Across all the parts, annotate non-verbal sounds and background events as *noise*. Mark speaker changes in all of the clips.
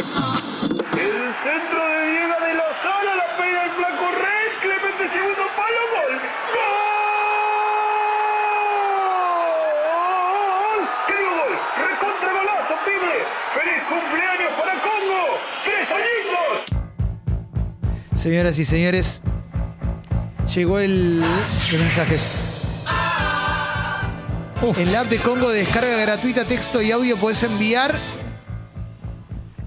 Speaker 1: El centro de Diego de Lozano, la pega el flaco Rey, Clemente segundo palo, gol. ¡Gol! ¡Qué gol! ¡Recontra golazo, pibe! ¡Feliz cumpleaños para Congo! ¡Tres añitos!
Speaker 2: Señoras y señores, llegó el de mensajes.
Speaker 3: Uf.
Speaker 2: En la app de Congo, descarga gratuita, texto y audio, podés enviar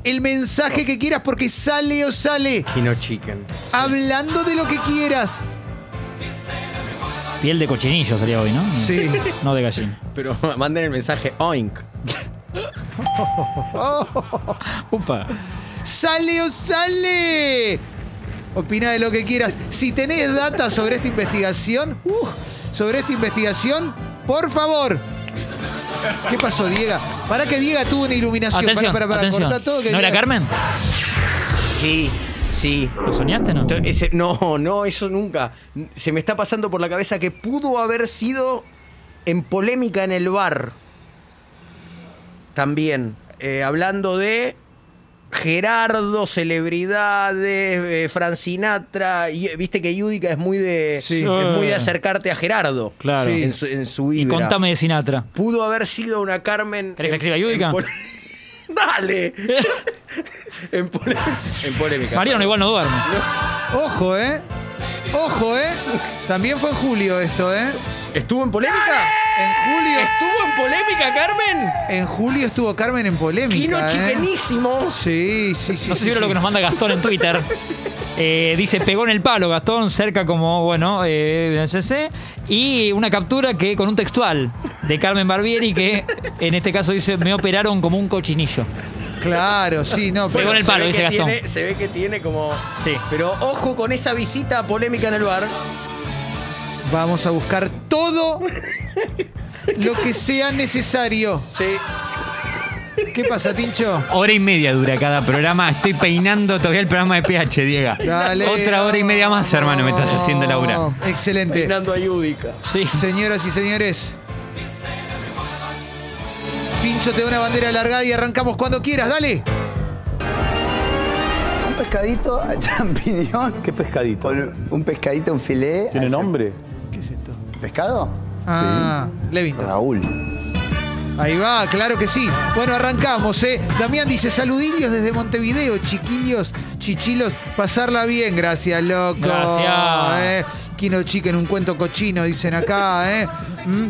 Speaker 2: el mensaje que quieras porque sale o sale.
Speaker 4: Kino Chicken.
Speaker 2: Hablando de lo que quieras.
Speaker 3: Piel de cochinillo sería hoy, ¿no?
Speaker 2: Sí.
Speaker 3: No de gallina.
Speaker 4: Pero *laughs* manden el mensaje Oink.
Speaker 3: *laughs* Upa.
Speaker 2: ¡Sale o sale! Opina de lo que quieras. Si tenés data sobre esta investigación, uh, sobre esta investigación, por favor. ¿Qué pasó, Diego? Para que Diego tuvo una iluminación.
Speaker 3: Atención,
Speaker 2: para, para,
Speaker 3: atención.
Speaker 2: todo. que
Speaker 3: ¿No era
Speaker 2: Diego-
Speaker 3: Carmen?
Speaker 4: Sí, sí.
Speaker 3: ¿Lo soñaste no?
Speaker 4: To- ese- no, no, eso nunca. Se me está pasando por la cabeza que pudo haber sido en polémica en el bar. También. Eh, hablando de Gerardo, celebridades, eh, Fran Sinatra. y- eh, Viste que Yudica es muy de,
Speaker 2: Sí.
Speaker 4: es muy de acercarte a Gerardo.
Speaker 3: Claro.
Speaker 4: En su, en su
Speaker 3: Y
Speaker 4: vibra.
Speaker 3: contame de Sinatra.
Speaker 4: Pudo haber sido una Carmen.
Speaker 3: ¿Querés que
Speaker 4: en-
Speaker 3: escriba Yudica?
Speaker 4: en pol- *laughs*
Speaker 3: *laughs*
Speaker 4: Dale. en, pole- en polémica.
Speaker 3: Mariano igual no duerme.
Speaker 2: Ojo, ¿eh? Ojo, ¿eh? También fue en julio esto, ¿eh?
Speaker 4: ¿Estuvo en polémica?
Speaker 2: En julio,
Speaker 4: ¿Estuvo en polémica, Carmen?
Speaker 2: en julio estuvo Carmen en
Speaker 4: Quino
Speaker 2: polémica. ¿eh?
Speaker 4: chiquenísimo.
Speaker 2: Sí, sí, sí.
Speaker 3: No sé si
Speaker 2: sí,
Speaker 3: vieron lo
Speaker 2: sí.
Speaker 3: que nos manda Gastón
Speaker 2: *laughs*
Speaker 3: en Twitter. Eh, dice, pegó en el palo Gastón, cerca como, bueno, eh, el CC. Y una captura que con un textual de Carmen Barbieri que en este caso dice, me operaron como un cochinillo.
Speaker 2: Claro, sí, no.
Speaker 3: Pegó en el
Speaker 4: se
Speaker 3: palo,
Speaker 4: ve
Speaker 3: dice
Speaker 4: que
Speaker 3: Gastón.
Speaker 4: tiene- se ve que tiene como.
Speaker 3: Sí.
Speaker 4: Pero ojo con esa visita polémica en el bar.
Speaker 2: Vamos a buscar todo lo que sea necesario.
Speaker 4: Sí.
Speaker 2: ¿Qué pasa, Tincho?
Speaker 5: Hora y media dura cada programa. Estoy peinando todavía el programa de PH, Diego.
Speaker 2: Dale.
Speaker 5: Otra hora y media más, hermano, me estás haciendo laburar.
Speaker 2: Excelente.
Speaker 4: Fernando Ayúdica.
Speaker 3: Sí.
Speaker 2: Señoras y señores. Tincho te da una bandera largada y arrancamos cuando quieras, dale.
Speaker 6: Un pescadito al *laughs* champiñón.
Speaker 7: ¿Qué pescadito?
Speaker 6: Con un pescadito, un filé.
Speaker 7: ¿Tiene nombre?
Speaker 6: ¿Pescado?
Speaker 2: Ah, Levington.
Speaker 6: Raúl.
Speaker 2: Ahí va, claro que sí. Bueno, arrancamos, ¿eh? Damián dice, saludillos desde Montevideo, chiquillos, chichilos, pasarla bien, gracias, loco.
Speaker 3: Gracias.
Speaker 2: ¿eh? Kino Chica en un cuento cochino, dicen acá, ¿eh? Mm.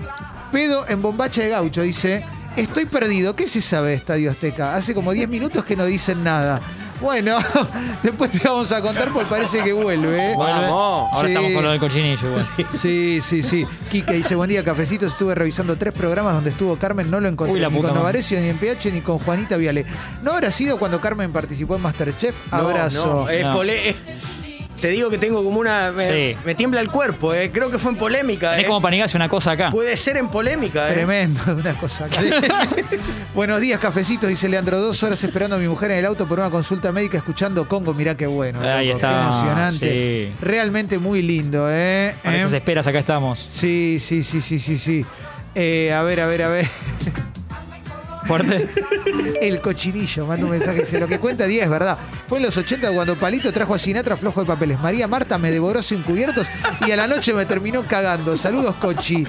Speaker 2: Pedo en bombacha de gaucho, dice, estoy perdido, ¿qué se sabe de Estadio Azteca? Hace como 10 minutos que no dicen nada. Bueno, *laughs* después te vamos a contar porque parece que vuelve. ¿eh?
Speaker 4: Vamos.
Speaker 3: Ahora
Speaker 2: Sí.
Speaker 3: estamos con lo del cochinillo igual.
Speaker 2: Sí, sí, sí. Quique dice, buen día, cafecitos. Estuve revisando tres programas donde estuvo Carmen. No lo encontré
Speaker 3: Uy, la
Speaker 2: ni
Speaker 3: puta
Speaker 2: con
Speaker 3: madre.
Speaker 2: Novarecio, ni en PH, ni con Juanita Viale. ¿No habrá sido cuando Carmen participó en Masterchef?
Speaker 4: No,
Speaker 2: Abrazo.
Speaker 4: no, es
Speaker 3: No.
Speaker 4: pole- eh, Te digo que tengo como una. Me,
Speaker 3: Sí.
Speaker 4: me tiembla el cuerpo, eh. Creo que fue en polémica.
Speaker 3: Es
Speaker 4: eh.
Speaker 3: como para negarse una cosa acá.
Speaker 4: Puede ser en polémica, eh.
Speaker 2: Tremendo, *laughs* una cosa. acá. Buenos días, cafecitos, dice Leandro. Dos horas esperando a mi mujer en el auto por una consulta médica escuchando Congo. Mirá qué bueno.
Speaker 3: Ahí
Speaker 2: loco, Qué
Speaker 3: está,
Speaker 2: emocionante.
Speaker 3: sí.
Speaker 2: Realmente muy lindo, ¿eh?
Speaker 3: Para esas
Speaker 2: ¿Eh?
Speaker 3: esperas acá estamos.
Speaker 2: Sí, sí, sí, sí, sí, sí. Eh, a ver, a ver, a ver.
Speaker 3: Fuerte.
Speaker 2: El cochinillo, manda un mensaje, dice, lo que cuenta 10, ¿verdad? Fue en los 80 cuando Palito trajo a Sinatra flojo de papeles. María Marta me devoró sin cubiertos y a la noche me terminó cagando. Saludos, cochi.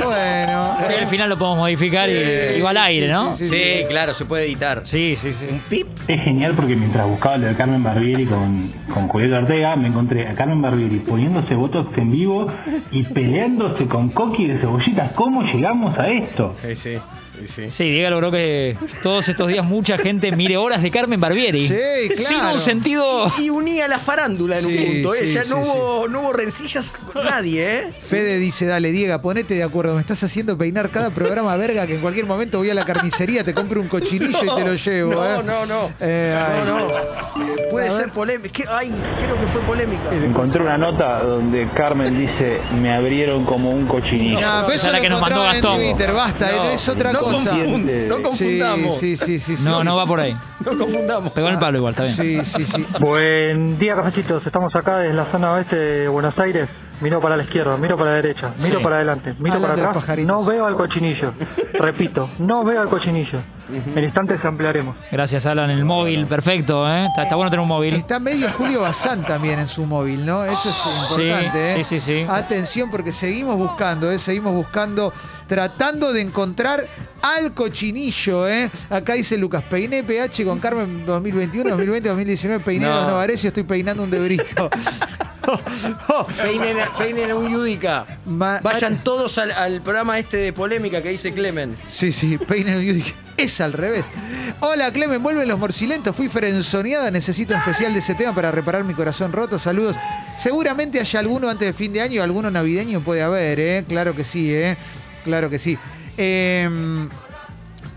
Speaker 2: Bueno.
Speaker 3: Creo que al final lo podemos modificar y, y va al aire, ¿no?
Speaker 2: Sí, sí, sí.
Speaker 4: Sí, claro, se puede editar.
Speaker 3: Sí, sí, sí.
Speaker 4: Un pip.
Speaker 8: Es genial porque mientras buscaba lo de Carmen Barbieri con, con Julieta Ortega, me encontré a Carmen Barbieri poniéndose Botox en vivo y peleándose con Coqui de Cebollitas. ¿Cómo llegamos a esto?
Speaker 4: Eh, sí, eh, sí.
Speaker 3: Sí, Diego logró que todos estos días mucha gente mire horas de Carmen Barbieri.
Speaker 2: Sí,
Speaker 3: Sin
Speaker 2: claro.
Speaker 3: un sentido.
Speaker 4: Y unía la farándula en
Speaker 2: Sí,
Speaker 4: un punto, eh.
Speaker 2: sí,
Speaker 4: ya
Speaker 2: sí,
Speaker 4: no, hubo, no hubo rencillas con nadie, eh.
Speaker 2: Fede dice, dale, Diego, ponete de acuerdo. Me estás haciendo peinar cada programa verga que en cualquier momento voy a la carnicería, te compro un cochinillo y te lo llevo.
Speaker 4: No,
Speaker 2: ¿eh?".
Speaker 4: no, no.
Speaker 2: Eh, ay.
Speaker 4: no, no. Eh, Puede ser polémica. ¿Qué? Ay, creo que fue polémica.
Speaker 8: Encontré una nota donde Carmen dice, me abrieron como un cochinillo.
Speaker 2: No, pero eso
Speaker 3: Esa es la
Speaker 2: lo
Speaker 3: que nos mandó
Speaker 2: encontraban
Speaker 3: Gastón.
Speaker 2: en Twitter, basta,
Speaker 4: No,
Speaker 2: eh, es otra
Speaker 4: no
Speaker 2: cosa.
Speaker 4: confund- no confundamos.
Speaker 2: Sí, sí, sí, sí,
Speaker 3: No,
Speaker 2: sí.
Speaker 3: no va por ahí.
Speaker 2: *laughs*
Speaker 4: No confundamos.
Speaker 3: Pegó
Speaker 2: Ah.
Speaker 3: en el palo igual, está bien.
Speaker 7: Pues
Speaker 2: Sí, sí, sí.
Speaker 8: Buen día, cafecitos. Estamos acá desde la zona oeste de Buenos Aires.
Speaker 7: Miro para la izquierda, miro para la derecha, miro
Speaker 3: Sí.
Speaker 7: para adelante, miro
Speaker 2: Hablan de los
Speaker 7: para atrás.
Speaker 2: pajaritos.
Speaker 7: No veo al cochinillo. Repito, no veo al cochinillo. En instantes ampliaremos.
Speaker 3: Gracias, Alan. El móvil, perfecto, ¿eh? Está, está bueno tener un móvil.
Speaker 2: Está medio Julio Bazán también en su móvil, ¿no? Eso es importante,
Speaker 3: sí,
Speaker 2: ¿eh?
Speaker 3: sí, sí.
Speaker 2: Atención porque seguimos buscando, ¿eh? Seguimos buscando, tratando de encontrar al cochinillo, ¿eh? Acá dice Lucas, peiné PH con Carmen 2021, 2020, 2019, peiné
Speaker 4: No.
Speaker 2: no. Novares y estoy peinando un debrito.
Speaker 4: Peinen, a- peinen a un Yudica.
Speaker 2: Ma-
Speaker 4: Vayan todos al, al programa este de polémica que dice Clemen.
Speaker 2: Sí, sí, *laughs* Peine Music. Es al revés. Hola, Clemen, vuelven los morcilentos. Fui frenzoneada, necesito un especial de ese tema para reparar mi corazón roto. Saludos. Seguramente haya alguno antes de fin de año, alguno navideño puede haber, ¿eh? Claro que sí, ¿eh? Claro que sí. Em,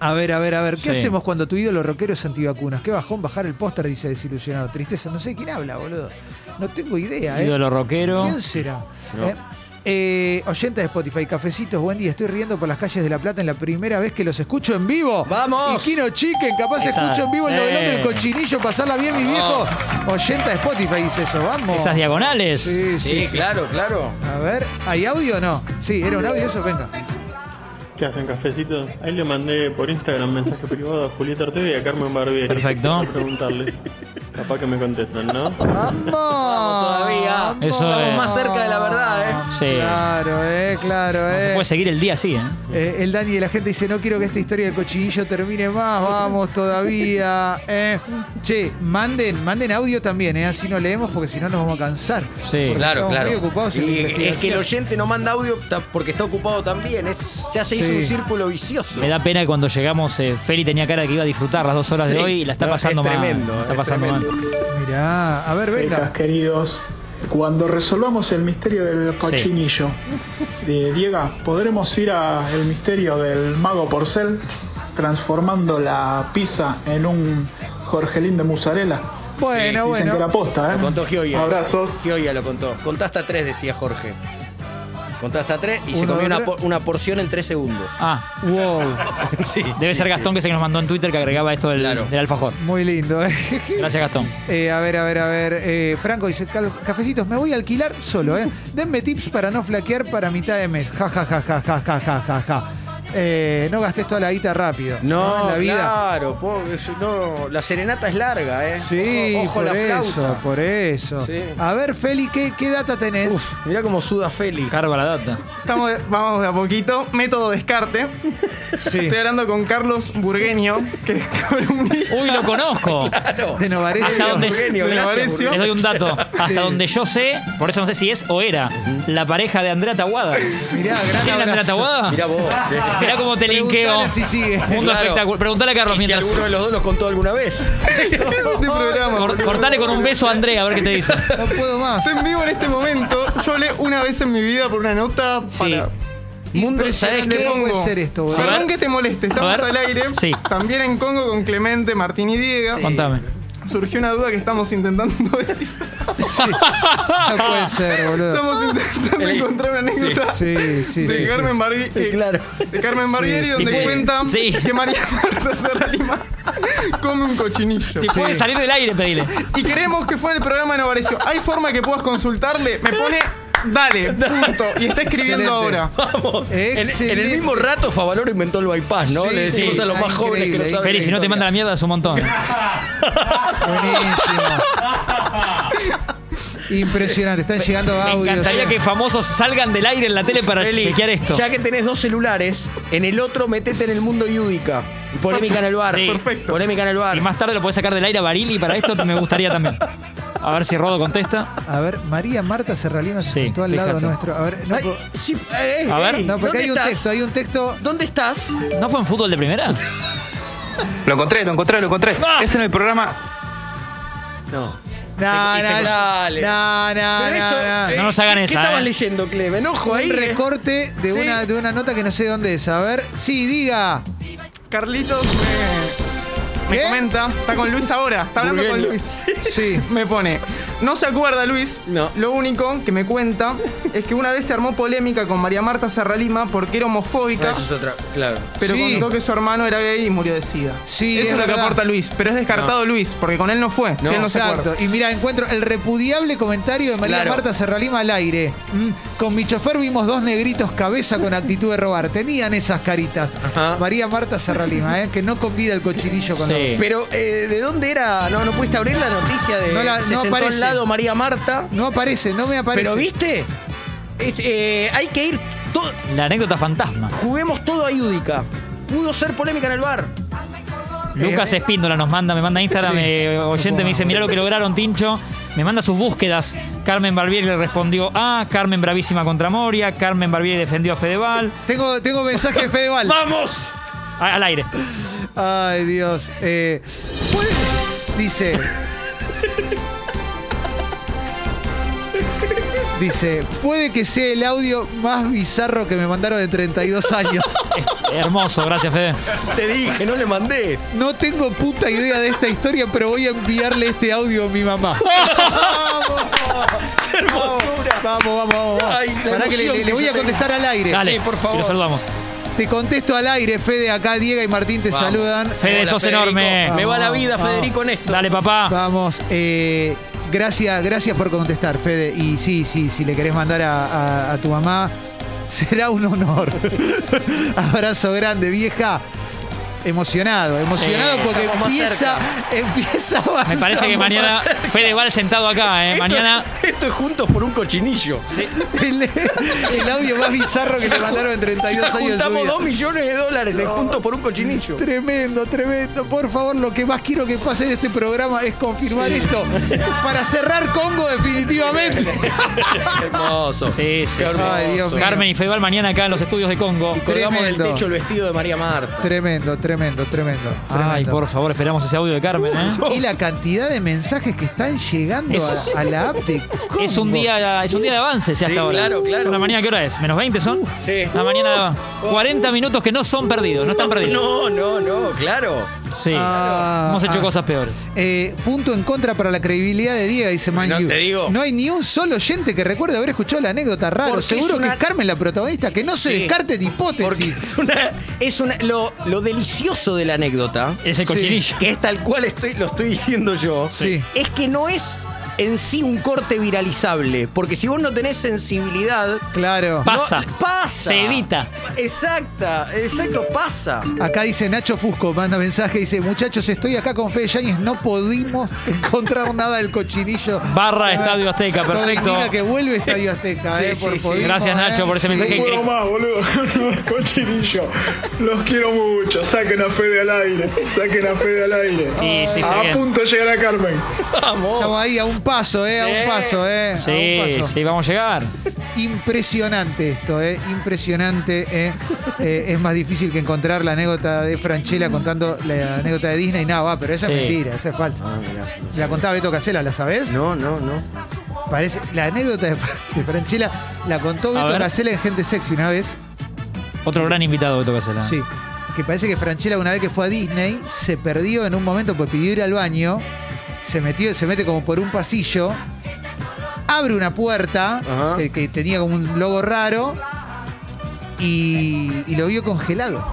Speaker 2: a ver, a ver, a ver. ¿Qué
Speaker 3: Sí.
Speaker 2: hacemos cuando tu ídolo rockero es antivacunas? Qué bajón bajar el póster, dice desilusionado. Tristeza, no sé quién habla, boludo. No tengo idea, ¿eh?
Speaker 3: Ídolo rockero.
Speaker 2: ¿Quién será? Eh, eh, oyenta de Spotify, cafecitos, buen día. Estoy riendo por las calles de La Plata en la primera vez que los escucho en vivo.
Speaker 4: ¡Vamos!
Speaker 2: Y Kino Chicken, capaz
Speaker 3: Esa-
Speaker 2: escucho en vivo el novelón
Speaker 3: Eh.
Speaker 2: del cochinillo, pasarla bien, mi viejo. Oyenta de Spotify dice eso, vamos.
Speaker 3: Esas diagonales.
Speaker 2: Sí, sí,
Speaker 4: Sí,
Speaker 2: sí.
Speaker 4: claro, claro.
Speaker 2: A ver, ¿hay audio o no? Sí, era un audio eso, venga.
Speaker 7: ¿Qué hacen, cafecitos? Ahí le mandé por Instagram mensaje privado a Julieta Ortega y a Carmen Barbieri.
Speaker 3: Perfecto.
Speaker 7: Para preguntarles. Capaz que me contestan, ¿no?
Speaker 2: ¡Vamos!
Speaker 4: todavía.
Speaker 2: ¡Vamos!
Speaker 3: Eso Estamos es.
Speaker 4: más cerca de la verdad,
Speaker 3: ¿eh? Sí.
Speaker 2: Claro, eh, claro, eh.
Speaker 3: Se puede seguir el día así, ¿eh?
Speaker 2: Eh, el Dani de la gente dice, no quiero que esta historia del cochinillo termine más, vamos todavía. eh. Che, manden, manden audio también, eh, así no leemos porque si no nos vamos a cansar.
Speaker 3: Sí.
Speaker 2: Porque
Speaker 4: Claro,
Speaker 2: estamos
Speaker 4: claro.
Speaker 2: muy ocupados en la
Speaker 4: Y es que
Speaker 2: investigación.
Speaker 4: el oyente no manda audio ta- porque está ocupado también. Es, ya se hizo
Speaker 2: Sí.
Speaker 4: un círculo vicioso.
Speaker 3: Me da pena que cuando llegamos, eh, Feli tenía cara de que iba a disfrutar las dos horas de
Speaker 4: Sí.
Speaker 3: hoy y la está
Speaker 4: No,
Speaker 3: pasando
Speaker 4: es
Speaker 3: mal.
Speaker 4: tremendo,
Speaker 3: La está
Speaker 4: es
Speaker 3: pasando mal.
Speaker 4: tremendo.
Speaker 2: Mirá, a ver, venga.
Speaker 7: Chicas, queridos, cuando resolvamos el misterio del cochinillo, de Diego, ¿podremos ir al misterio del mago porcel transformando la pizza en un jorgelín de mozzarella?
Speaker 9: Ah,
Speaker 2: Bueno,
Speaker 7: Dicen que
Speaker 2: bueno.
Speaker 7: era posta, ¿eh?
Speaker 4: Lo contó Gioia.
Speaker 7: Abrazos.
Speaker 4: Gioia lo contó. Contá hasta tres, decía Jorge. Contá hasta tres y se
Speaker 2: Uno,
Speaker 4: comió una,
Speaker 2: tres.
Speaker 4: por- una porción en tres segundos.
Speaker 3: Ah,
Speaker 2: Wow,
Speaker 3: debe ser Gastón que se nos mandó en Twitter que agregaba esto del,
Speaker 4: Claro.
Speaker 3: del alfajor.
Speaker 2: muy lindo.
Speaker 4: *laughs*
Speaker 2: eh.
Speaker 3: Gracias, Gastón.
Speaker 2: Eh, a ver, a ver, a ver. eh, Franco dice, "Cal- cafecitos, me voy a alquilar solo, ¿eh? Denme tips para no flaquear para mitad de mes. Ja, ja, ja, ja, ja, ja, ja, ja, ja. Eh, no gastes toda la guita rápido.
Speaker 4: No,
Speaker 2: En La vida.
Speaker 4: claro, pobre, eso- no, la serenata es larga, ¿eh?
Speaker 2: Sí,
Speaker 4: ojo, ojo
Speaker 2: por
Speaker 4: la flauta.
Speaker 2: eso, por eso.
Speaker 4: Sí.
Speaker 2: A ver, Feli, ¿qué, qué data tenés?
Speaker 4: Uf, mirá cómo suda Feli.
Speaker 3: Carva la data.
Speaker 9: Estamos de- vamos de a poquito. Método descarte.
Speaker 2: sí.
Speaker 9: Estoy hablando con Carlos Burgueño, que es columnista.
Speaker 3: Uy, lo
Speaker 4: *laughs*
Speaker 3: conozco.
Speaker 4: Claro.
Speaker 2: De Novarecio.
Speaker 3: Hasta donde
Speaker 4: Eugenio,
Speaker 9: de
Speaker 4: gracias,
Speaker 9: Novarecio.
Speaker 4: Burgueño.
Speaker 3: Les doy un dato. Hasta donde yo sé, por eso no sé si es o era, la pareja de Andrea Taguada.
Speaker 2: Mirá, gran
Speaker 3: ¿Quién es Andrea
Speaker 2: abrazo.
Speaker 3: Taguada?
Speaker 4: Mirá vos.
Speaker 3: Mirá cómo te
Speaker 2: Preguntale
Speaker 3: linkeo.
Speaker 2: si sigue.
Speaker 3: Mundo
Speaker 4: Claro.
Speaker 3: espectacular. Preguntale a Carlos
Speaker 4: Y si
Speaker 3: mientras.
Speaker 4: alguno de los dos los contó alguna vez.
Speaker 9: Este programa.
Speaker 3: Cor- cortale con un beso a Andrea, a ver qué te dice.
Speaker 2: No puedo más.
Speaker 9: Estoy en vivo en este momento. Yo hablé una vez en mi vida por una nota para.
Speaker 4: Mundo, ¿sabes
Speaker 2: Impresionante
Speaker 4: qué?
Speaker 2: cómo puede ser esto, boludo.
Speaker 3: A ver.
Speaker 9: Perdón que te moleste,
Speaker 3: A
Speaker 9: estamos
Speaker 3: ver.
Speaker 9: al aire.
Speaker 3: Sí.
Speaker 9: También en Congo con Clemente, Martín y Diego.
Speaker 3: Contame.
Speaker 9: Surgió una duda que estamos intentando *laughs* descifrar.
Speaker 3: *laughs*
Speaker 2: No puede ser, boludo.
Speaker 9: Estamos intentando encontrar una anécdota
Speaker 2: Ah. Sí, sí, sí.
Speaker 9: de,
Speaker 2: sí.
Speaker 9: Carmen Barbi-
Speaker 4: *laughs*
Speaker 9: eh,
Speaker 4: Claro.
Speaker 9: de Carmen Barbieri
Speaker 2: sí,
Speaker 9: donde
Speaker 3: sí.
Speaker 9: cuenta
Speaker 3: Sí.
Speaker 9: que María Marta Serra Lima come un cochinillo.
Speaker 3: Si puede salir del aire, pedile.
Speaker 9: Y queremos que fue en el programa de Novarecio. ¿Hay forma que puedas consultarle? Me pone...
Speaker 4: *laughs*
Speaker 9: Dale, punto. Y está escribiendo
Speaker 2: Excelente.
Speaker 9: ahora.
Speaker 4: Vamos. En, en
Speaker 2: Excelente.
Speaker 4: el mismo rato Favaloro inventó el bypass, ¿no?
Speaker 2: Sí,
Speaker 4: Le decimos
Speaker 2: sí. Ah,
Speaker 4: a los más jóvenes que no
Speaker 2: Increíble,
Speaker 4: saben.
Speaker 3: Feli, si no te manda la mierda es un montón.
Speaker 2: Buenísimo. Impresionante. Están llegando
Speaker 3: Me
Speaker 2: audios.
Speaker 3: encantaría que famosos salgan del aire en la tele para
Speaker 4: Feli,
Speaker 3: chequear esto.
Speaker 4: Ya que tenés dos celulares, en el otro metete en el mundo Yudica. Polémica en el bar.
Speaker 3: Sí.
Speaker 9: Perfecto.
Speaker 4: Polémica en el bar.
Speaker 3: Si más tarde lo podés sacar del aire a Barili para esto, me gustaría también. A ver si Rodo contesta.
Speaker 2: A ver, María Marta Serralima se
Speaker 3: Sí,
Speaker 2: sentó al lado
Speaker 3: fíjate.
Speaker 2: nuestro. A ver, no,
Speaker 4: Ay,
Speaker 2: po-
Speaker 4: sí, eh,
Speaker 3: A ver.
Speaker 4: eh,
Speaker 2: no, porque
Speaker 4: ¿dónde
Speaker 2: hay un
Speaker 4: estás?
Speaker 2: texto, hay un texto.
Speaker 4: ¿Dónde estás?
Speaker 3: ¿No fue en fútbol de primera?
Speaker 5: Lo encontré, lo encontré, lo encontré. Es Este en el programa.
Speaker 4: No.
Speaker 2: No,
Speaker 4: Y se-
Speaker 2: no,
Speaker 4: dale.
Speaker 2: no, Ah, no,
Speaker 4: Pero eso,
Speaker 2: no, no.
Speaker 4: eh,
Speaker 3: No nos hagan
Speaker 4: ¿qué-
Speaker 3: esa,
Speaker 4: ¿Qué estabas
Speaker 3: eh?
Speaker 4: leyendo, Clemen? Ojo ahí.
Speaker 2: un
Speaker 4: eh.
Speaker 2: recorte de,
Speaker 4: Sí.
Speaker 2: una, de una nota que no sé dónde es. A ver, sí, diga.
Speaker 9: Carlitos me, me
Speaker 2: ¿Qué?
Speaker 9: comenta, está con Luis ahora, está hablando con
Speaker 4: Burgueño.
Speaker 9: Luis.
Speaker 2: Sí.
Speaker 9: Me pone, no se acuerda Luis,
Speaker 4: No.
Speaker 9: lo único que me cuenta es que una vez se armó polémica con María Marta Serralima porque era homofóbica,
Speaker 4: Eso es otra. Claro.
Speaker 9: pero
Speaker 2: Ah, Sí.
Speaker 9: contó que su hermano era gay y murió de sida.
Speaker 2: Sí,
Speaker 9: Eso
Speaker 2: es
Speaker 9: es, lo que
Speaker 2: verdad.
Speaker 9: aporta Luis, pero es descartado Luis, porque con él no fue. si él no se acuerda.
Speaker 2: Exacto. Y mira, encuentro el repudiable comentario de María
Speaker 4: Claro.
Speaker 2: Marta Serralima al aire. Mm, Con mi chofer vimos dos negritos cabeza con actitud de robar. Tenían esas caritas.
Speaker 4: Ajá.
Speaker 2: María Marta Serralima, ¿eh? que no convida el cochinillo con
Speaker 3: Sí.
Speaker 4: Pero, eh, ¿de dónde era? No, no pudiste abrir la noticia de.
Speaker 2: No la-
Speaker 4: se
Speaker 2: no
Speaker 4: sentó
Speaker 2: aparece.
Speaker 4: al lado María Marta.
Speaker 2: No aparece, no me aparece.
Speaker 4: Pero, ¿viste? Es, eh, hay que ir. to-
Speaker 3: La anécdota fantasma.
Speaker 4: Juguemos todo a Yudica. Pudo ser polémica en el bar.
Speaker 3: Lucas Espíndola nos manda, me manda Instagram,
Speaker 2: Eh, Sí.
Speaker 3: eh, oyente, me dice, mirá lo que lograron, Tincho. Me manda sus búsquedas. Carmen Barbieri le respondió A, Carmen Bravísima contra Moria, Carmen Barbieri defendió a Fedeval.
Speaker 2: Tengo, tengo mensaje de Fedeval.
Speaker 4: ¡Vamos!
Speaker 3: A-
Speaker 2: *laughs*
Speaker 3: al aire.
Speaker 2: Ay, Dios. Eh, ¿puedes- Dice. Dice, puede que sea el audio más bizarro que me mandaron de 32 años.
Speaker 3: Es- hermoso, gracias, Fede.
Speaker 2: Eh,
Speaker 4: Te dije, no le mandés.
Speaker 2: No tengo puta idea de esta historia, pero voy a enviarle este audio a mi mamá.
Speaker 4: *laughs*
Speaker 2: ¡Vamos! ¡Vamos, vamos, vamos! vamos.
Speaker 4: Ay, la
Speaker 2: Pará que le-
Speaker 4: emoción
Speaker 2: le,
Speaker 4: que
Speaker 2: le voy
Speaker 4: yo
Speaker 2: a contestar al aire.
Speaker 3: Dale,
Speaker 4: Sí, por favor.
Speaker 3: y lo saludamos.
Speaker 2: Te contesto al aire, Fede. Acá Diego y Martín te saludan.
Speaker 3: Fede, sos enorme. Eh,
Speaker 4: Me va la
Speaker 2: Vamos,
Speaker 4: vida,
Speaker 2: vamos.
Speaker 4: Federico, en esto.
Speaker 3: Dale, papá.
Speaker 2: Vamos, eh, gracias, gracias por contestar, Fede. Y sí, sí, si le querés mandar a, a- a tu mamá, *laughs* será un honor. *laughs* Abrazo grande, vieja. Emocionado, emocionado
Speaker 3: Sí,
Speaker 2: porque
Speaker 4: estamos más
Speaker 2: empieza, empieza a avanzar.
Speaker 3: Me parece que mañana Fedeval sentado acá, ¿eh?
Speaker 2: *laughs*
Speaker 4: Esto
Speaker 3: Mañana.
Speaker 4: es- esto es juntos por un cochinillo.
Speaker 2: El, el audio más bizarro que le mandaron en 32
Speaker 4: Ya
Speaker 2: años. de su
Speaker 4: juntamos
Speaker 2: vida.
Speaker 4: 2 millones de dólares en juntos por un cochinillo.
Speaker 2: Tremendo, tremendo. Por favor, lo que más quiero que pase de este programa es confirmar esto. Para cerrar Congo definitivamente.
Speaker 4: Hermoso.
Speaker 3: Sí, sí,
Speaker 4: Qué
Speaker 3: sí.
Speaker 4: hermoso.
Speaker 2: Ay, Dios mío.
Speaker 3: Carmen y Fedeval mañana acá en los estudios de Congo.
Speaker 4: Colgamos del
Speaker 2: Tremendo.
Speaker 4: techo el vestido de María Marta.
Speaker 2: Tremendo, tremendo, tremendo.
Speaker 3: Ay,
Speaker 2: tremendo.
Speaker 3: por favor, esperamos ese audio de Carmen, ¿eh?
Speaker 2: Y la cantidad de mensajes que están llegando
Speaker 3: Es-
Speaker 2: a, a la app de Congo.
Speaker 3: Es un día, es un día de avance ya
Speaker 4: Sí,
Speaker 3: hasta ahora.
Speaker 4: claro, claro.
Speaker 3: ¿La mañana qué hora es? ¿Menos 20 son?
Speaker 4: Sí.
Speaker 3: La mañana 40 minutos que no son perdidos, no están perdidos.
Speaker 4: No, no, no, claro.
Speaker 3: Sí.
Speaker 2: Ah,
Speaker 3: Hemos hecho
Speaker 2: ah.
Speaker 3: cosas peores.
Speaker 2: Eh, punto en contra para la credibilidad de Diego, dice Man
Speaker 4: No,
Speaker 2: Yu.
Speaker 4: te digo.
Speaker 2: No hay ni un solo oyente que recuerde haber escuchado la anécdota raro.
Speaker 4: Porque
Speaker 2: Seguro
Speaker 4: es una-
Speaker 2: que es Carmen la protagonista, que no se
Speaker 4: Sí.
Speaker 2: descarte de
Speaker 4: Porque
Speaker 2: hipótesis.
Speaker 4: es una, es una- lo, lo delicioso de la anécdota,
Speaker 3: Ese cochinillo.
Speaker 4: que es tal cual estoy, lo estoy diciendo yo,
Speaker 2: Sí.
Speaker 4: es que no es en sí un corte viralizable. Porque si vos no tenés sensibilidad.
Speaker 2: Claro.
Speaker 3: Pasa.
Speaker 4: no- pasa.
Speaker 3: Se edita.
Speaker 4: Exacta, exacto, pasa.
Speaker 2: Acá dice Nacho Fusco, manda mensaje, dice, muchachos, estoy acá con Fede Yáñez, no pudimos *laughs* encontrar nada del cochinillo.
Speaker 3: Barra Estadio Azteca,
Speaker 2: Todo
Speaker 3: perfecto.
Speaker 2: indica que vuelve Estadio Azteca,
Speaker 4: Sí,
Speaker 2: eh,
Speaker 4: sí,
Speaker 2: por
Speaker 4: sí.
Speaker 2: pudimos,
Speaker 3: Gracias, Nacho, por ese mensaje
Speaker 7: No puedo más,
Speaker 9: *laughs*
Speaker 7: boludo. Cochinillo. Los quiero mucho. Saquen a Fede al aire. Saquen a Fede al aire.
Speaker 3: Sí, sí,
Speaker 2: Ah,
Speaker 3: se
Speaker 7: a
Speaker 3: viene.
Speaker 7: punto de llegar a Carmen.
Speaker 4: Vamos.
Speaker 2: Estamos ahí a un paso, eh, a un paso, eh. a un
Speaker 3: Sí,
Speaker 2: paso.
Speaker 3: sí, vamos a llegar.
Speaker 2: Impresionante esto, eh. Impresionante, eh. Eh, es más difícil que encontrar la anécdota de Franchella contando la anécdota de Disney. Nada, va, pero esa
Speaker 3: Sí.
Speaker 2: es mentira, esa es falsa. la contaba Beto Casela, ¿la sabés?
Speaker 4: Ah, No, no, no.
Speaker 2: Parece, la anécdota de, de Franchella la contó
Speaker 3: A
Speaker 2: Beto
Speaker 3: ver.
Speaker 2: Casela en Gente Sexy una vez.
Speaker 3: Otro gran invitado Beto Casela.
Speaker 2: Sí. Que parece que Franchella una vez que fue a Disney se perdió en un momento porque pidió ir al baño. Se metió, se mete como por un pasillo. Abre una puerta
Speaker 4: Ajá.
Speaker 2: que, que tenía como un logo raro. Y, y lo vio congelado.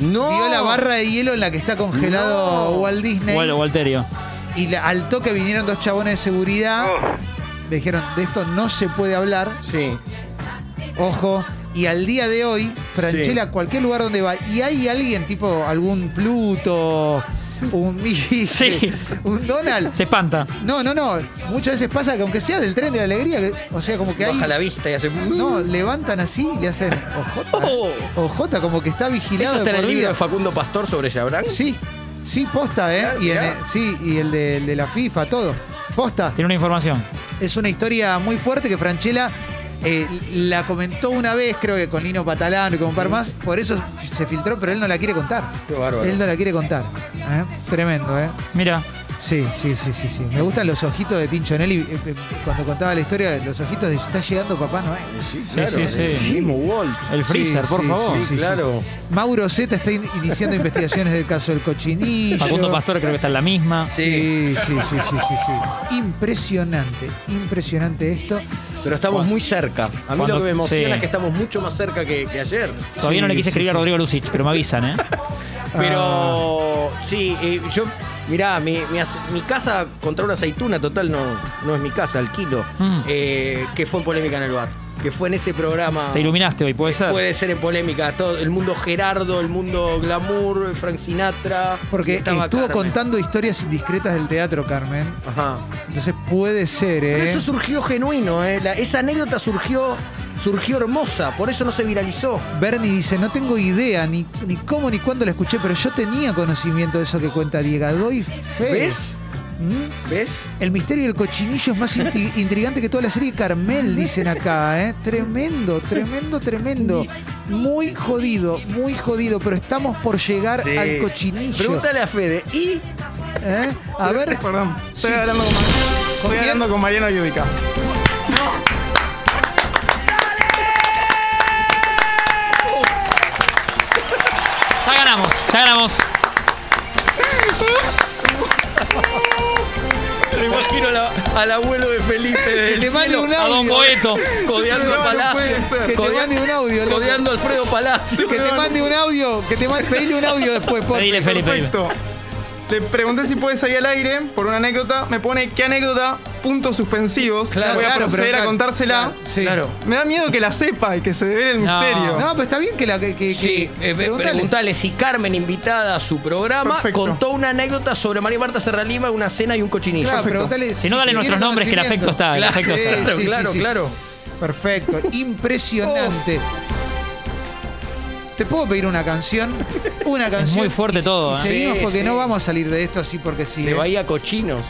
Speaker 4: No.
Speaker 2: Vio la barra de hielo en la que está congelado
Speaker 4: No.
Speaker 2: Walt Disney.
Speaker 3: Bueno, Walterio.
Speaker 2: Y la- al toque vinieron dos chabones de seguridad.
Speaker 4: Oh.
Speaker 2: Le dijeron, de esto no se puede hablar.
Speaker 4: Sí.
Speaker 2: Ojo. Y al día de hoy, Franchella, cualquier lugar donde va, y hay alguien, tipo algún Pluto, un *laughs* Mickey,
Speaker 3: Sí.
Speaker 2: un Donald.
Speaker 3: Se espanta.
Speaker 2: No, no, no. Muchas veces pasa que aunque sea del tren de la alegría, que- o sea, como que hay.
Speaker 4: Baja la vista y hace.
Speaker 2: No, levantan así y le hacen ojota.
Speaker 4: Oh.
Speaker 2: Ojota, como que está
Speaker 4: Eso
Speaker 2: vigilado.
Speaker 4: está en
Speaker 2: de
Speaker 4: el
Speaker 2: por
Speaker 4: libro
Speaker 2: vida.
Speaker 4: de Facundo Pastor sobre Jabran.
Speaker 2: Sí, sí, posta, ¿eh?
Speaker 4: Mirá,
Speaker 2: Y en
Speaker 4: mirá.
Speaker 2: el- sí, y el de, el de la FIFA, todo. Posta.
Speaker 3: Tiene una información.
Speaker 2: Es una historia muy fuerte que Franchella eh, la comentó una vez, creo que con Nino Patalano y con un par más. Por eso se filtró, pero él no la quiere contar.
Speaker 4: Qué bárbaro.
Speaker 2: Él no la quiere contar. ¿eh? Tremendo, ¿eh?
Speaker 3: Mira.
Speaker 2: Sí, sí, sí, sí, sí. Me gustan los ojitos de Tincho Nelly. eh, eh, Cuando contaba la historia, los ojitos de está llegando Papá Noel.
Speaker 3: Sí, sí, sí.
Speaker 4: Mismo Walt.
Speaker 3: El freezer,
Speaker 2: Sí,
Speaker 3: por
Speaker 2: sí,
Speaker 3: favor.
Speaker 2: sí, sí,
Speaker 4: claro.
Speaker 2: Mauro Z está in- iniciando investigaciones del caso del cochinillo.
Speaker 3: Facundo Pastor creo que está en la misma.
Speaker 2: Sí, sí, sí, sí, sí, sí. Impresionante, impresionante esto.
Speaker 4: Pero estamos muy cerca. A mí
Speaker 3: Cuando-
Speaker 4: lo que me emociona
Speaker 3: sí.
Speaker 4: es que estamos mucho más cerca que, que ayer.
Speaker 3: Todavía no le quise escribir a Rodrigo Lucich, pero me avisan, ¿eh?
Speaker 4: Pero sí, eh, yo, mirá, mi, mi ace- mi casa contra una aceituna, total, no, no es mi casa, alquilo,
Speaker 3: Mm.
Speaker 4: eh, que fue en polémica en el bar. Que fue en ese programa.
Speaker 3: Te iluminaste hoy, puede ser.
Speaker 4: Puede ser en polémica. Todo, el mundo Gerardo, el mundo Glamour, Frank Sinatra. y
Speaker 2: Porque
Speaker 4: estaba
Speaker 2: estuvo
Speaker 4: Carmen.
Speaker 2: contando historias indiscretas del teatro, Carmen.
Speaker 4: Ajá.
Speaker 2: Entonces puede ser, ¿eh?
Speaker 4: Pero eso surgió genuino, eh. La- esa anécdota surgió, surgió hermosa, por eso no se viralizó.
Speaker 2: Bernie dice, no tengo idea ni, ni cómo ni cuándo la escuché, pero yo tenía conocimiento de eso que cuenta Diego. Doy fe.
Speaker 4: ¿Ves?
Speaker 2: ¿Mm?
Speaker 4: ¿Ves?
Speaker 2: El misterio del cochinillo es
Speaker 4: *laughs*
Speaker 2: más inti- intrigante que toda la serie Carmel, dicen acá, ¿eh? Tremendo, tremendo, tremendo. Muy jodido, muy jodido, pero estamos por llegar
Speaker 4: Sí.
Speaker 2: al cochinillo.
Speaker 4: Pregúntale a Fede. Y
Speaker 2: ¿eh? A ver,
Speaker 9: Perdón, estoy
Speaker 2: Sí.
Speaker 9: hablando con, Mar- estoy
Speaker 2: quién?
Speaker 9: hablando con Mariano Yudica.
Speaker 3: Ya ganamos, ya ganamos.
Speaker 4: Lo imagino a la- al abuelo de Felipe
Speaker 2: que
Speaker 4: del
Speaker 2: te mande
Speaker 4: cielo,
Speaker 2: un
Speaker 3: A
Speaker 2: audio.
Speaker 3: Don Boeto.
Speaker 4: codeando
Speaker 9: No,
Speaker 4: a
Speaker 9: no
Speaker 4: Palacio.
Speaker 9: puede ser.
Speaker 2: Que te
Speaker 4: codea-
Speaker 2: mande un audio, loco.
Speaker 4: codeando a Alfredo Palacio.
Speaker 2: Que te mande un audio, que te mande, pedile un audio después, por
Speaker 3: Pedile, Felipe.
Speaker 9: Perfecto. Le pregunté si puede salir al aire por una anécdota. Me pone qué anécdota, puntos suspensivos.
Speaker 4: Claro,
Speaker 9: Voy a
Speaker 2: claro,
Speaker 9: proceder
Speaker 2: pero
Speaker 9: a
Speaker 2: claro,
Speaker 9: contársela.
Speaker 2: Sí.
Speaker 4: Claro.
Speaker 9: Me da miedo que la sepa y que se dé el
Speaker 3: No.
Speaker 9: misterio.
Speaker 2: No, pero está bien que la que, que-
Speaker 4: Sí,
Speaker 2: que-
Speaker 4: eh,
Speaker 2: preguntale.
Speaker 4: preguntale si Carmen, invitada a su programa,
Speaker 9: Perfecto.
Speaker 4: contó una anécdota sobre María Marta Serralima, una cena y un cochinillo.
Speaker 2: Claro,
Speaker 9: Perfecto.
Speaker 2: preguntale
Speaker 3: Si no, dale
Speaker 2: tiene
Speaker 3: nuestros nombres, que el afecto está. El
Speaker 4: Claro,
Speaker 3: afecto
Speaker 2: sí,
Speaker 3: está.
Speaker 4: Claro, claro,
Speaker 2: sí.
Speaker 4: claro.
Speaker 2: Perfecto, impresionante. ¿Te puedo pedir una canción? Una canción.
Speaker 3: muy fuerte
Speaker 2: y- y
Speaker 3: todo, ¿eh?
Speaker 2: seguimos
Speaker 4: Sí,
Speaker 2: porque
Speaker 4: sí.
Speaker 2: no vamos a salir de esto así porque sí.
Speaker 4: De
Speaker 2: ¿eh?
Speaker 4: Bahía Cochinos.